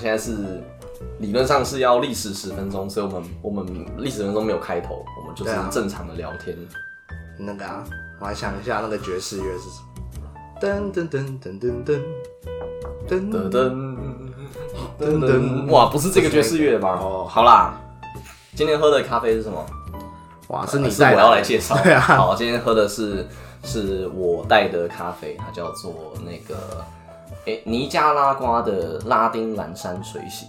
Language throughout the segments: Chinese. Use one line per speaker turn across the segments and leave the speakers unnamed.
在是理论上是要历时十分钟，所以我们我们历史十分钟没有开头，我们就是
对啊
正常的聊天。
那个啊，我还想一下那个爵士乐是什么？噔噔噔噔噔噔噔
噔噔
噔
噔
啊噔
噔，
噔
哇，不是这个爵士乐吧？
哦
好啦，今天喝的咖啡是什么？
哇，是你
啊是
带
我
的
要来介绍。
对啊，
好，今天喝的是是我带的咖啡，它叫做那个诶、尼加拉瓜的拉丁蓝山水洗，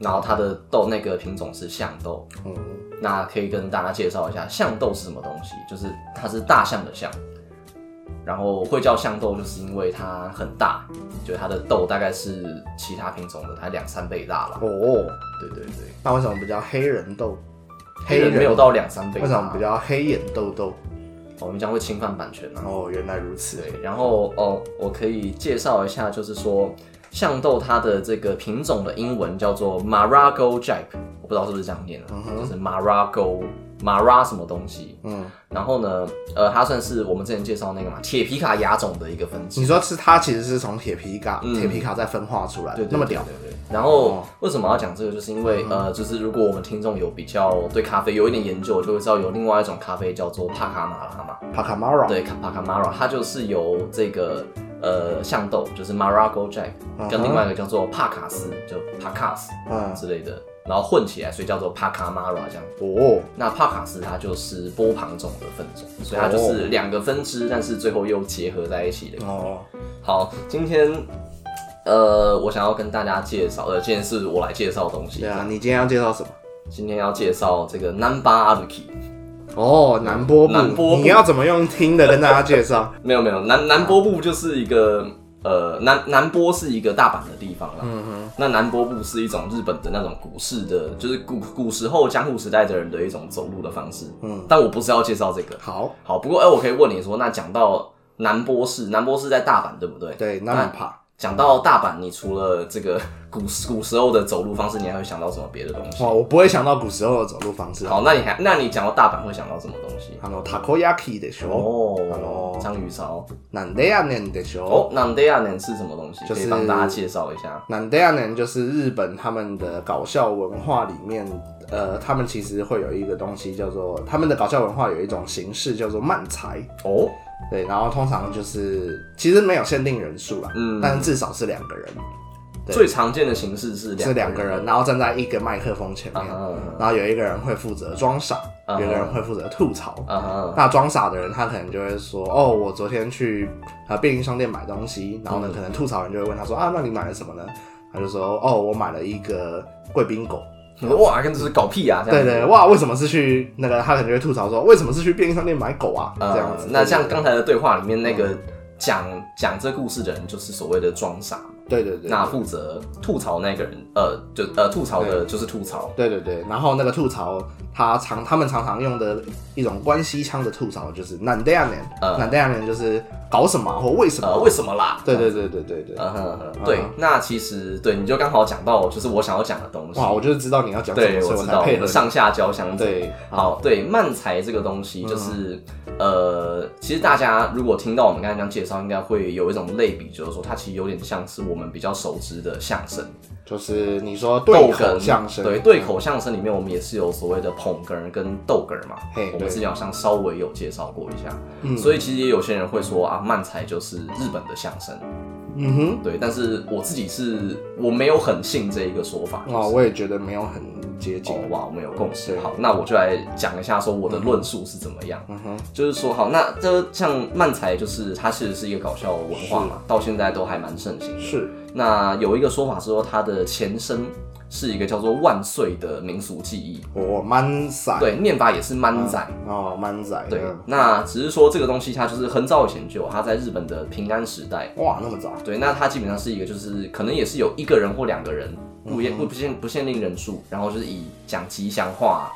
然后它的豆那个品种是象豆。
嗯，
那可以跟大家介绍一下象豆是什么东西，就是它是大象的象，然后会叫象豆，就是因为它很大，就是它的豆大概是其他品种的它两三倍大吧。
哦，
对对对，
那为什么不叫黑人豆？
黑人没有到两三倍
为
大，
什么不叫黑眼豆豆？
我们将会侵犯版权啊。
哦，原来如此。
对，然后哦，我可以介绍一下，就是说象豆它的这个品种的英文叫做 Marago Jack，我不知道是不是这样念啊，就是 Marago Mara 什么东西。
嗯，
然后呢，呃，它算是我们之前介绍那个嘛，铁皮卡亚种的一个分支。
你说是它其实是从铁皮卡，
嗯
铁皮卡再分化出来的
对，，对
那么屌。
对对对然后
哦嗯
为什么要讲这个？就是因为、呃，就是如果我们听众有比较对咖啡有一点研究，就会知道有另外一种咖啡叫做帕卡马拉嘛。
帕卡马拉，
对，卡帕卡马拉，它就是由这个呃象豆，就是 Marago Jack，
嗯哼
跟另外一个叫做帕卡斯，就帕卡斯
嗯，
之类的，然后混起来，所以叫做帕卡马拉这样。
哦，
那帕卡斯它就是波旁种的分种，所以它就是两个分支，但是最后又结合在一起的。
哦，
好，今天呃，我想要跟大家介绍的，今天是我来介绍东西。
对啊，你今天要介绍什么？
今天要介绍这个 Number Aruki，
哦，南波布，
南波布
你要怎么用听的跟大家介绍？
没有没有，南南波部就是一个呃南南波是一个大阪的地方啦。嗯哼。那南波部是一种日本的那种古式的，就是古古时候江户时代的人的一种走路的方式。嗯。但我不是要介绍这个。
好，
好，不过哎、我可以问你说，那讲到南波市，南波市在大阪对不对？。
对，那么怕
讲到大阪，你除了这个 古时古时候的走路方式，你还会想到什么别的东西？
哇，哦我不会想到古时候的走路方式。啊
好，那你还那你讲到大阪会想到什么东西？
あの、たこ焼きでしょ
哦
哦，
章鱼烧。
なんでやねんでし
哦
ょ
南 a 亚人是什么东西？
就是
可以帮大家介绍一下。
なんでやねん就是日本他们的搞笑文化里面，呃，他们其实会有一个东西叫做他们的搞笑文化有一种形式叫做漫才，
哦，
对，然后通常就是其实没有限定人数啦，
嗯
但是至少是两个人，对
最常见的形式是
是两个人，然后站在一个麦克风前面，
啊
然后有一个人会负责装傻，
嗯
有一个人会负责吐槽。
啊啊
那装傻的人，他可能就会说：“哦，我昨天去呃便利商店买东西。”然后
嗯
呢，可能吐槽人就会问他说：“啊，那你买了什么呢？”他就说：“哦，我买了一个贵宾狗。
嗯哇，跟这是搞屁啊！”这
对
样子
对，，哇，为什么是去那个？他可能就会吐槽说：“为什么是去便利商店买狗啊？”
呃
这样子。嗯
那
对
像刚才的对话里面那个讲讲这故事的人，就是所谓的装傻。
对对对，
那负责吐槽那个人，呃，就呃吐槽的就是吐槽。
对对对，然后那个吐槽，他常他们常常用的一种关西腔的吐槽就是“难得呀年”，“
呃
难得呀年”就是搞什么啊或为什么
呃，
啊。
为什么啦？
对对对对对对。
嗯哼哼，对，那其实对，你就刚好讲到就是我想要讲的东西。
哇，我就是知道你要讲什
对，
么，所
我
以我
知
才
道，
配合
们
你。
上下交相贼。
对，
好，对，漫才这个东
嗯
西，就是、呃，其实大家如果听到我们刚才这样介绍，应该会有一种类比，就是说它其实有点像是我们比较熟知的相声、
就是你说对口
哏
相声，
对，对口相声里面，我们也是有所谓的捧哏跟逗哏嘛
嘿。
我们
对嗯
之前好像稍微有介绍过一下，所以其实也有些人会说啊，漫才就是日本的相声。
嗯
对，但是我自己是我没有很信这一个说法。
哼，哇，我也觉得没有很接近
哦。哇，我们有共识。
哦对
好，那我就来讲一下，说我的论述是怎么样。
嗯哼，
就是说，好，那这像漫才，就是它其实是一个搞笑文化嘛，到现在都还蛮盛行的。
嗯是
那有一个说法是说，它的前身是一个叫做“万岁”的民俗记忆，
我蛮仔，
对，念法也是“漫仔”
哦，蛮仔，
对
嗯，
那只是说这个东西它就是很早以前就有，它在日本的平安时代。
哇，那么早，
对，那它基本上是一个，就是可能也是有一个人或两个人，不限不不限不限定人数，然后就是以讲吉祥话，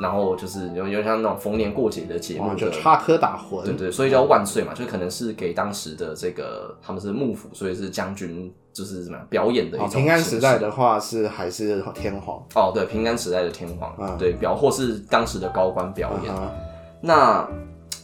然后就是有有点像那种逢年过节的节目的
哇，哦就插科打
对
诨，
对，所以叫万岁嘛，就可能是给当时的这个他们是幕府，所以是将军，就是怎么样表演的一
哦
种，
平安时代
的
的话是还是天皇，
哦，对，平安时代的天皇，
嗯
对表或是当时的高官表演。
啊
那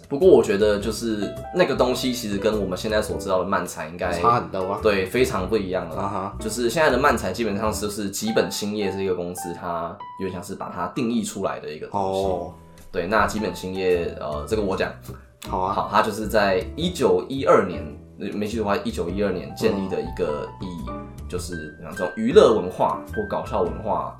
不过我觉得就是那个东西，其实跟我们现在所知道的漫才应该
差很多啊。
对非常不一样了。
啊哈，
就是现在的漫才基本上就是吉本兴业这个公司，它有点像是把它定义出来的一个东西。
哦，
对，那吉本兴业，呃，这个我讲
好啊，
好，它就是在一九一二年，呃没记错的话，一九一二年建立的一个以就是这种娱乐文化或搞笑文化，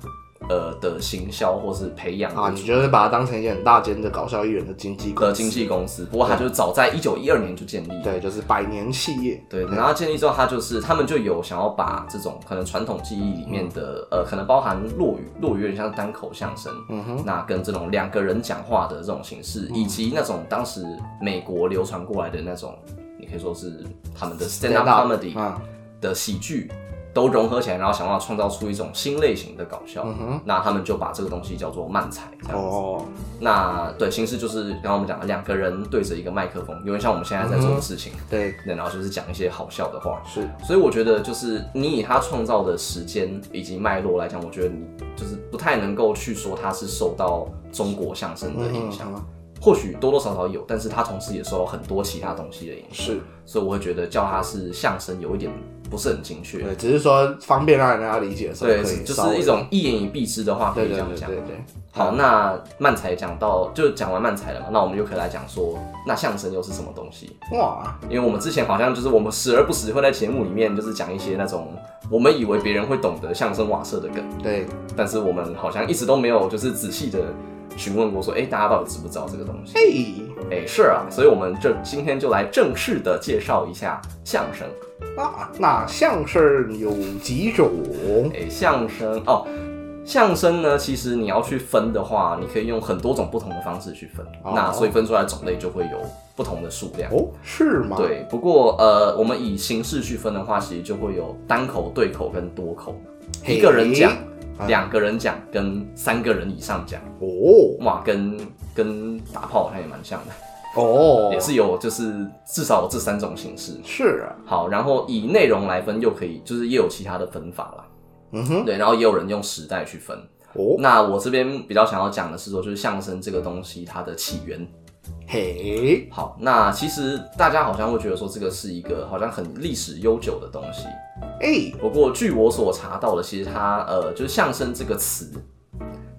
呃的行销或是培养
啊，你就是把它当成一个很大间的搞笑艺人的经纪公
的
司，
经纪公司。不过它就是早在一九一二年就建立了。
对，就是百年企业，
对，然后建立之后，他就是他们就有想要把这种可能传统技艺里面的、呃，可能包含落语，落语有点像单口相声，
嗯哼，嗯
那跟这种两个人讲话的这种形式，以及那种当时美国流传过来的那种，你可以说是他们的 stand up comedy
啊，
的喜剧。都融合起来，然后想要创造出一种新类型的搞笑，
嗯哼
那他们就把这个东西叫做漫才。这样
哦，
那对形式就是刚刚我们讲的两个人对着一个麦克风，有点像我们现在在做的事情，
对，
对然后就是讲一些好笑的话。
是，
所以我觉得，就是你以他创造的时间以及脉络来讲，我觉得你就是不太能够去说他是受到中国相声的影响，
嗯
或许多多少少有，但是他同时也受到很多其他东西的影响，
是，
所以我会觉得叫他是相声有一点不是很精确。
对，只是说方便让人家理解的时候可
对，
以
就
稍
是
微
一，种一言以蔽之的话，可
对
以
对
这样
对
讲。
对对，
好，那漫才讲到就讲完漫才了嘛，那我们就可以来讲说，那相声又是什么东西？
哇，
因为我们之前好像就是我们时而不时会在节目里面就是讲一些那种我们以为别人会懂得相声瓦舍的梗，
对，
但是我们好像一直都没有就是仔细的询问过说，哎、大家到底知不知道这个东 西？
嘿，
哎、是啊，所以我们这今天就来正式的介绍一下相声。
那啊那相声有几种？
哎、相声哦，相声呢，其实你要去分的话，你可以用很多种不同的方式去分，
哦
那所以分出来的种类就会有不同的数量。
哦，是吗？，
对，不过呃，我们以形式去分的话，其实就会有单口、对口跟多口，
嘿
一个人讲
啊，
两个人讲，跟三个人以上讲，
哦
哇，跟跟打炮好像也蛮像的，
哦，
也是有就是至少有这三种形式。
是啊，
好，然后以内容来分，又可以就是也有其他的分法啦，
嗯哼，
对，然后也有人用时代去分。
哦，
那我这边比较想要讲的是说，就是相声这个东西它的起源
嘿，
好，那其实大家好像会觉得说这个是一个好像很历史悠久的东西。
哎，
不过据我所查到的，其实它呃就是相声这个词，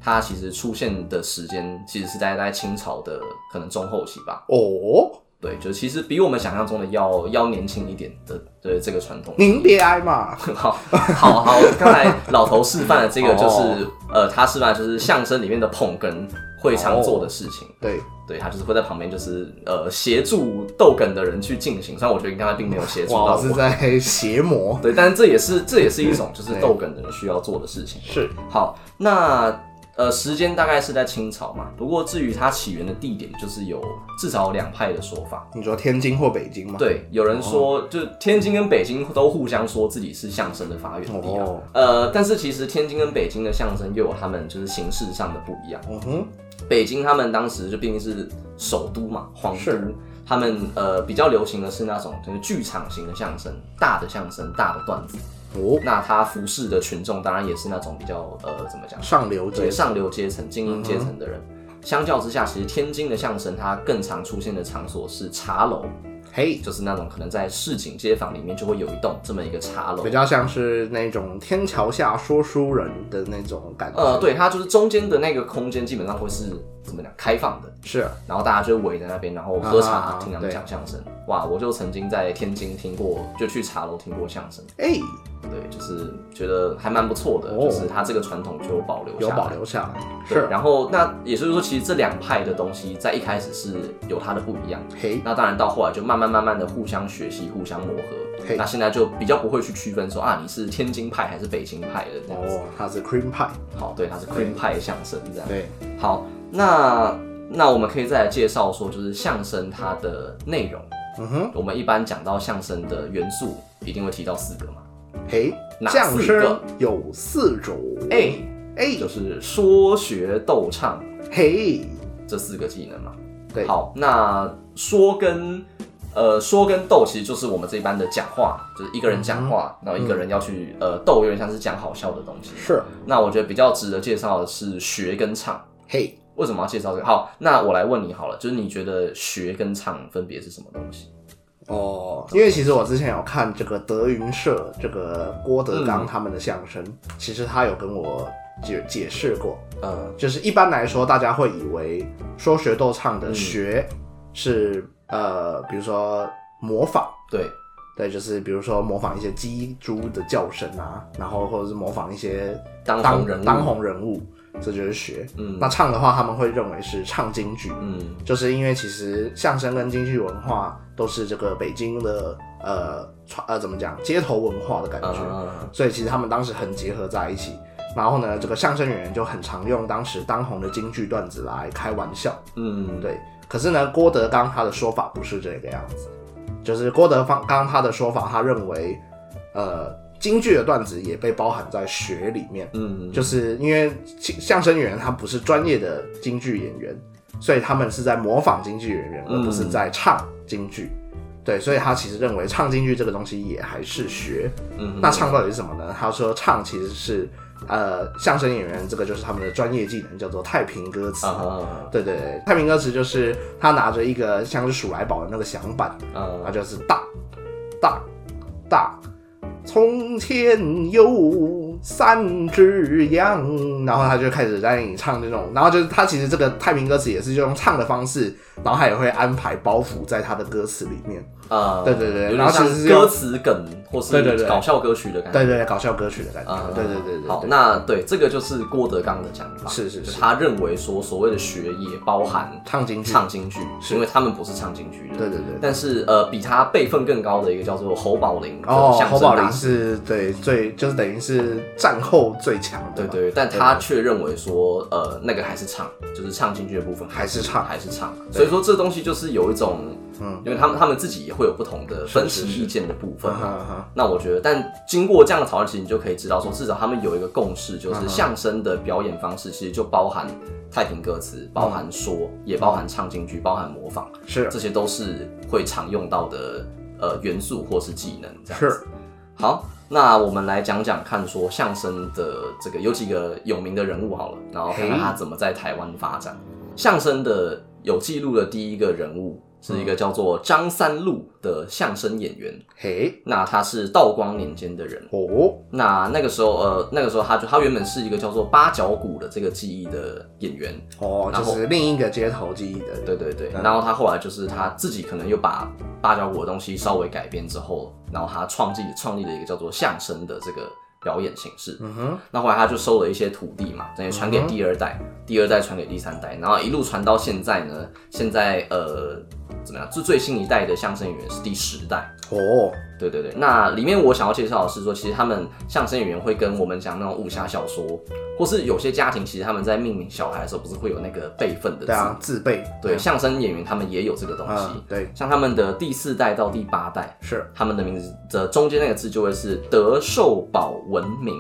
它其实出现的时间其实是在在清朝的可能中后期吧。
哦，
对，就是其实比我们想象中的要要年轻一点的，对这个传统。
您别挨骂，
好，好，好，刚才老头示范的这个就是、
哦
呃，他示范的就是相声里面的捧哏会常做
哦
的事情。
对，
对他就是会在旁边，就是呃协助逗哏的人去进行。虽然我觉得你刚才并没有协助
哇，
到
我是
我，
在邪魔，
对，但这也是这也是一种就是逗哏的人需要做的事情。
是，
好，那呃时间大概是在清朝嘛，不过至于它起源的地点，就是有至少有两派的说法。
你说天津或北京吗？，
对，有人说，
哦
就天津跟北京都互相说自己是相声的发源地啊。
哦
呃，但是其实天津跟北京的相声又有他们就是形式上的不一样。
嗯哼，
北京他们当时就毕竟是首都嘛，皇都
是，
他们呃比较流行的是那种就是剧场型的相声，大的相声，大的段子。
哦，
那他服侍的群众当然也是那种比较呃怎么讲，
上流
对
阶
上流阶层、精英
嗯
阶层的人。相较之下，其实天津的相声它更常出现的场所是茶楼，
嘿，
就是那种可能在市井街坊里面就会有一栋这么一个茶楼
比。较像是那种天桥下说书人的那种感觉，
呃，对，它就是中间的那个空间基本上会是怎么讲开放的，
是啊，
然后大家就围在那边，然后喝茶、
啊啊啊
听他们讲相声。哇，我就曾经在天津听过，就去茶楼听过相声，
哎，
对，就是觉得还蛮不错的，
哦
就是它这个传统就有保留
有
下来
保。留下来，
对，
是，
然后那也就是说，其实这两派的东西在一开始是有它的不一样，
嘿，
那当然到后来就慢慢慢慢的互相学习、互相磨合
嘿，
那现在就比较不会去区分说啊你是天津派还是北京派的这样子。
哦，它是 cream pie，
好，对，它是 cream 派相声这样。
哦对，
好，那那我们可以再来介绍说，就是相声它的内容。
嗯哼，
我们一般讲到相声的元素，一定会提到四个嘛。
嘿，
哪
相
四
声
个
有四种，
A
哎，
就是说学逗唱
嘿，
这四个技能嘛。
对，
好，那说跟呃说跟逗其实就是我们这一般的讲话，就是一个人讲
嗯
话，然后一个人要去呃逗，有点像是讲好笑的东西。
是，
那我觉得比较值得介绍的是学跟唱。
嘿，
为什么要介绍这个？好，那我来问你好了，就是你觉得学跟唱分别是什么东西？
哦，因为其实我之前有看这个德云社这个郭德
嗯
纲他们的相声，其实他有跟我解解释过，
嗯，
就是一般来说大家会以为说学逗唱的
嗯
学是、呃，比如说模仿。
对，
对，就是比如说模仿一些鸡猪的叫声啊，然后或者是模仿一些
当
当
红人物
当红人物，这就是学。
嗯
那唱的话，他们会认为是唱京剧，
嗯
就是因为其实相声跟京剧文化都是这个北京的呃传呃怎么讲街头文化的感觉，
啊，
所以其实他们当时很结合在一起。然后呢，这个相声演员就很常用当时当红的京剧段子来开玩笑。
嗯，
对，可是呢，郭德纲他的说法不是这个样子，就是郭德纲刚他的说法，他认为，呃，京剧的段子也被包含在学里面，
嗯，
就是因为相相声演员他不是专业的京剧演员，所以他们是在模仿京剧演员，而
嗯
不是在唱京剧。对，所以他其实认为唱京剧这个东西也还是学。
嗯
那唱到底是什么呢？他说唱其实是，呃，相声演员这个就是他们的专业技能，叫做太平歌词。
啊
对对对，太平歌词就是他拿着一个像是鼠来宝的那个响板，然后
啊，
就是大大大，从前有三只羊，然后他就开始在那里唱这种，然后就是他其实这个太平歌词也是用唱的方式，然后他也会安排包袱在他的歌词里面，
啊，
对对对
有
然
点
后
像
其实是用
歌词梗或
对对
是
对
搞笑歌曲的感觉。
对对对，搞笑歌曲的感觉，
啊，
对对对对
嗯好，
对，
那对这个就是郭德纲的讲法，
是是
就是他认为说所谓的学也包含
唱京剧，
唱京剧，
是
因为他们不是唱京剧的。
对对对。
但是呃，比他辈分更高的一个叫做侯宝林的
哦，
相
侯
声
宝
大
林
师，
是对最就是等于是战后最强
对
的嘛，
对，但他却认为说呃那个还是唱，就是唱京剧的部分
还是唱
还是唱，所以说这东西就是有一种，嗯，因为他们他们自己也会有不同的分歧意见的部分
嗯
嘛。
哼哼
那我觉得，但经过这样的讨论，其实你就可以知道说，至少他们有一个共识，
嗯
就是相声的表演方式其实就包含太平歌词，包含说，也包含唱京剧，包含模仿，
是
这些都是会常用到的呃元素或是技能这样子。
是，
好，那我们来讲讲看，说相声的这个有几个有名的人物好了，然后看看他怎么在台湾发展。相声的有记录的第一个人物是一
嗯
个叫做张三禄的相声演员，
嘿，
那他是道光年间的人。
哦，
那那个时候，呃，那个时候他就他原本是一个叫做八角鼓的这个技艺的演员，
哦，
然
就
后
是另一个街头记忆的人，
对对对，
嗯
然后他后来就是他自己可能又把八角鼓的东西稍微改编之后，然后他创立创立了一个叫做相声的这个表演形式。
嗯哼，
那后来他就收了一些土地嘛，等于传给第二代，第二代传给第三代，然后一路传到现在呢。现在呃，怎么样？最最新一代的相声演员是第十代。
哦，
对对对，那里面我想要介绍的是说，其实他们相声演员会跟我们讲那种武侠小说，或是有些家庭其实他们在命名小孩的时候，不是会有那个辈分的字
对啊，自备，
对，相声演员他们也有这个东西，
嗯，对，
像他们的第四代到第八代，
是，
他们的名字的中间那个字就会是德寿保文明，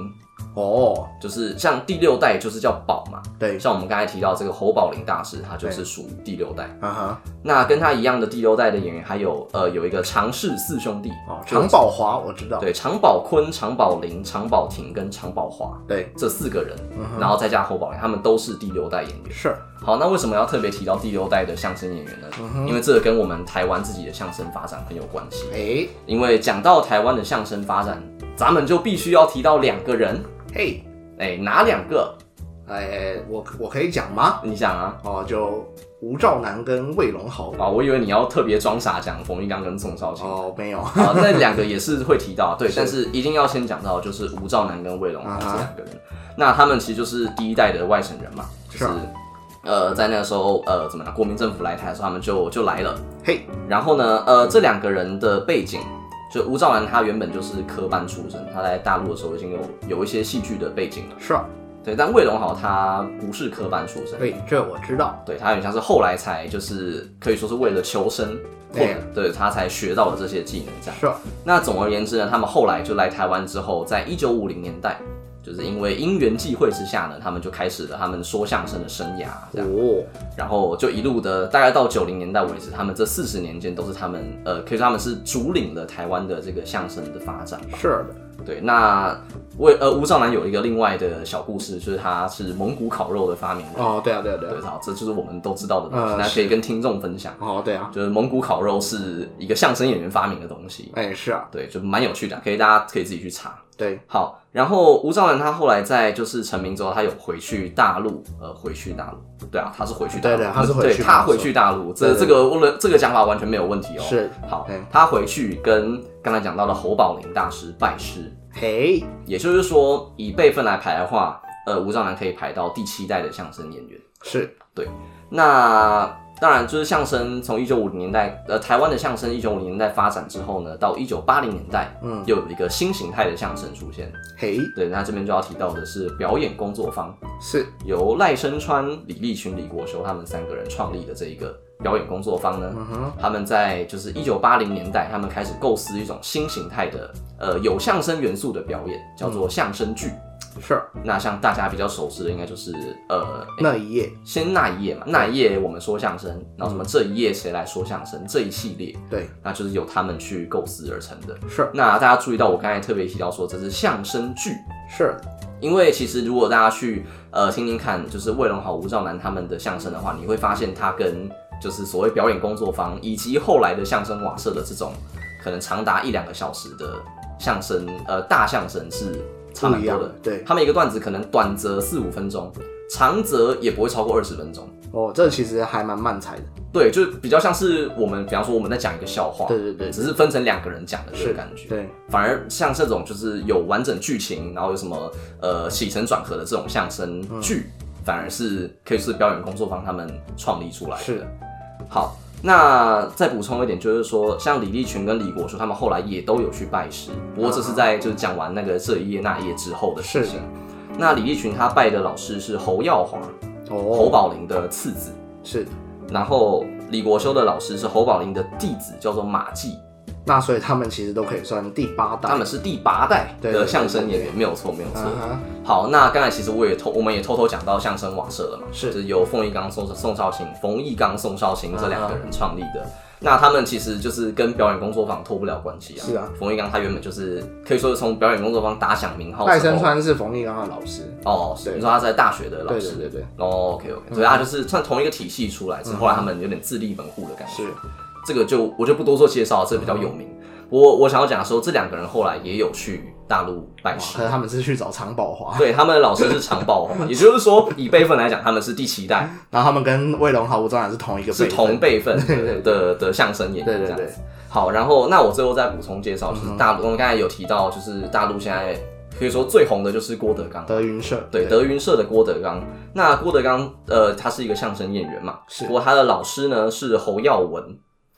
哦，
就是像第六代就是叫保嘛，
对，
像我们刚才提到这个侯宝林大师，他就是属于第六代。
啊哈，
那跟他一样的第六代的演员还有呃有一个常氏四兄弟，
哦，
就
常宝华我知道，
对常宝坤、常宝林、常宝霆跟常宝华
对，
这四个人，
嗯哼
然后再加侯宝林，他们都是第六代演员。
是，
好，那为什么要特别提到第六代的相声演员呢？
嗯
因为这个跟我们台湾自己的相声发展很有关系。
哎，
因为讲到台湾的相声发展，咱们就必须要提到两个人，
嘿，
哎，哪两个？
哎，我我可以讲吗？
你想啊，
哦，就吴兆南跟魏龙豪，
啊，我以为你要特别装傻讲冯玉刚跟宋少卿。
哦，没有，
啊，那两个也是会提到，对，但是一定要先讲到就是吴兆南跟魏龙豪
啊
这
哈
两个人，那他们其实就是第一代的外省人嘛，就是是呃，在那个时候呃，怎么样，国民政府来台的时候，他们就就来了。
嘿，
然后呢，呃，这两个人的背景，就吴兆南他原本就是科班出身，他在大陆的时候已经有有一些戏剧的背景了。
是，
对，但魏龙豪他不是科班出身，
对，这我知道，
对他有点像是后来才就是可以说是为了求生，或
对
对他才学到了这些技能这样。
是，
那总而言之呢，他们后来就来台湾之后，在一九五零年代，就是因为因缘际会之下呢，他们就开始了他们说相声的生涯这样。
哦，
然后就一路的，大概到九零年代为止，他们这四十年间都是他们，呃，可以说他们是主领了台湾的这个相声的发展吧。
是的，
对，那为呃吴兆南有一个另外的小故事，就是他是蒙古烤肉的发明人。
哦，对啊，对啊，对
对，
啊，
好，这就是我们都知道的东西，
嗯
那可以跟听众分享。
哦，对啊，
就是蒙古烤肉是一个相声演员发明的东西，
哎，是啊，
对，就蛮有趣的，可以大家可以自己去查。
对，
好，然后吴兆南他后来在就是成名之后，他有回去大陆，呃，回去大陆，对啊，他是回去大陆，
对对他是回去
对
大
他
陆
回去大陆，这
对对
这个我的这个讲法完全没有问题哦。
是，
好
嗯，
他回去跟刚才讲到的侯宝林大师拜师，
嘿，
也就是说以辈分来排的话，呃，吴兆南可以排到第七代的相声演员。
是，
那当然，就是相声从一九五零年代，呃，台湾的相声一九五零年代发展之后呢，到一九八零年代，
嗯，
又有一个新形态的相声出现。
嘿，
对，那这边就要提到的是表演工作坊，
是，
由赖声川、李立群、李国修他们三个人创立的这一个表演工作坊呢。
嗯哼，
他们在就是一九八零年代，他们开始构思一种新形态的呃有相声元素的表演，叫
嗯
做相声剧。
是
那像大家比较熟知的，应该就是呃
那一夜，
先那一页嘛，那一页我们说相声，然后什么这一页谁来说相声这一系列，
对，
那就是由他们去构思而成的。
是
那大家注意到我刚才特别提到说这是相声剧，
是，
因为其实如果大家去呃听听看，就是魏龙豪、吴兆南他们的相声的话，你会发现他跟就是所谓表演工作坊以及后来的相声瓦舍的这种可能长达一两个小时的相声呃大相声是差
不
蛮
一
多
样
的。，
嗯对，
他们一个段子可能短则四五分钟，长则也不会超过二十分钟。
哦，这其实还蛮慢才的，
对，就比较像是我们，比方说我们在讲一个笑话，
对对对，
只是分成两个人讲的这
是
个感觉。
对，
反而像这种就是有完整剧情，然后有什么呃起承转合的这种相声
嗯
剧，反而是可以是表演工作坊他们创立出来的。
是，
好，那再补充一点，就是说像李立群跟李国书他们后来也都有去拜师，不过这是在就是讲完那个这一页那一页之后的事
嗯是
情
的。
那李立群他拜的老师是侯耀华，侯
哦，
宝林的次子。
是，
然后李国修的老师是侯宝林的弟子，叫做马季，
那所以他们其实都可以算第八代，
他们是第八代
对对
的
对
相声演
对
员，没有错，没有错。
啊
好，那刚才其实我也偷，我们也偷偷讲到相声瓦舍了嘛，
是
就是由冯一刚、宋宋少卿、冯一刚、宋少卿这两个人创立的。
啊
那他们其实就是跟表演工作坊脱不了关系啊。
是啊，
冯一刚他原本就是可以说是从表演工作坊打响名号
哈，
之后，
赖声川是冯玉刚的老师，
哦，
对
你说他在大学的老
对
师
对，嗯对对，
哦，OK OK，所以他就是算同一个体系出来，之后后来他们有点自立门户的感觉
是。
这个就我就不多做介绍，这比较有名。我我想要讲说，这两个人后来也有去大陆拜师
可，是他们是去找常宝华，
对，他们的老师是常宝 华，也就是说以辈分来讲，他们是第七代，
然后他们跟卫龙豪、吴兆南是同一个辈
是
分
同辈分
对
的
对
的的相声演员这
对对嗯
样
对
子。，好，然后那我最后再补充介绍，就是大陆，我们刚才有提到，就是大陆现在可以说最红的就是郭德纲，
德云社，
对，德云社的郭德纲。那郭德纲，呃，他是一个相声演员嘛，
是
不过他的老师呢是侯耀文，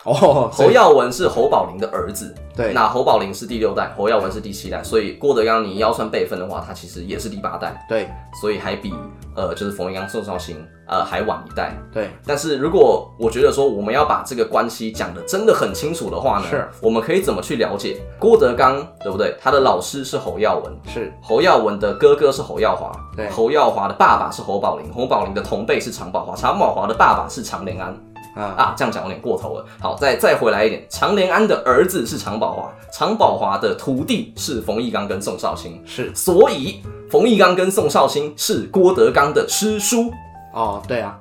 哦，
侯耀文是侯宝林的儿子，
对，
那侯宝林是第六代，侯耀文是第七代，所以郭德纲你要算辈分的话，他其实也是第八代，
对
所以还比呃就是冯玉刚、宋少卿呃还晚一代。
对
但是如果我觉得说我们要把这个关系讲的真的很清楚的话呢，
是
我们可以怎么去了解郭德纲，对不对？他的老师是侯耀文，
是，
侯耀文的哥哥是侯耀华
对，
侯耀华的爸爸是侯宝林，侯宝林的同辈是常宝华，常宝华的爸爸是常连安
啊，
啊，这样讲有点过头了。好，再再回来一点，常连安的儿子是常宝华，常宝华的徒弟是冯玉刚跟宋少卿，
是，
所以冯玉刚跟宋少卿是郭德纲的师叔。
哦，对啊，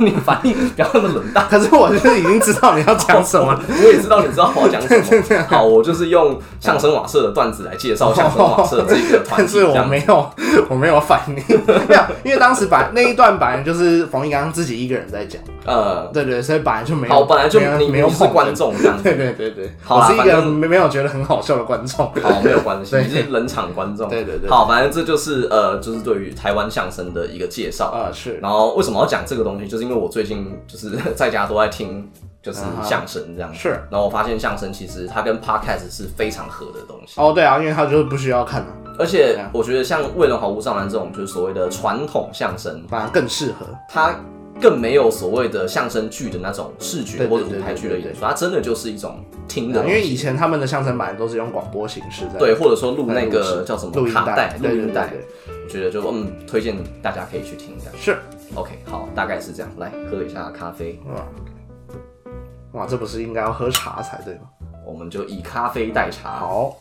你反应不要那么冷淡。
可是我就是已经知道你要讲什么了，
我也知道你知道我要讲什 么。好，我就是用相声瓦舍的段子来介绍相声瓦舍这个团
但
体。
是
这
我
样
没有，我没有反应， 没有，因为当时版那一段版就是冯玉刚自己一个人在讲，
呃，
对对，所以本来就没有，
好，本来就
没有
你
没
你
有
是
捧
观众这样子。
对对对对，
好
我
啦
是一
反
个
正
没没有觉得很好笑的观众。
好，没有关系，
对
你是冷场观众。
对对对
好，反正这就是呃，就是对于台湾相声的一个介绍。
啊，是
然后为什么要讲这个东西，就是因为我最近就是 在家都在听就是
啊哈
相声这样。
是。
然后我发现相声其实它跟 podcast 是非常合的东西，
哦，对啊，因为他就是不需要看了，
而且
啊
我觉得像卫龙好吴上南这种就是所谓的传统相声，
反而更适合。
它更没有所谓的相声剧的那种视
对
觉
对
或者
对
舞台剧的
对对啊
演出，它真的就是一种听的
因
东
为
西，
以前他们的相声版都是用广播形式在
对，或者说录那
在录
个
制
叫什么
录音
卡带、录
对
音
对
带
对，对，
我觉得就嗯，推荐大家可以去听一下。
是
OK，好，大概是这样。来喝一下咖啡，
哇哇，这不是应该要喝茶才对吗？
我们就以咖啡代茶。
好，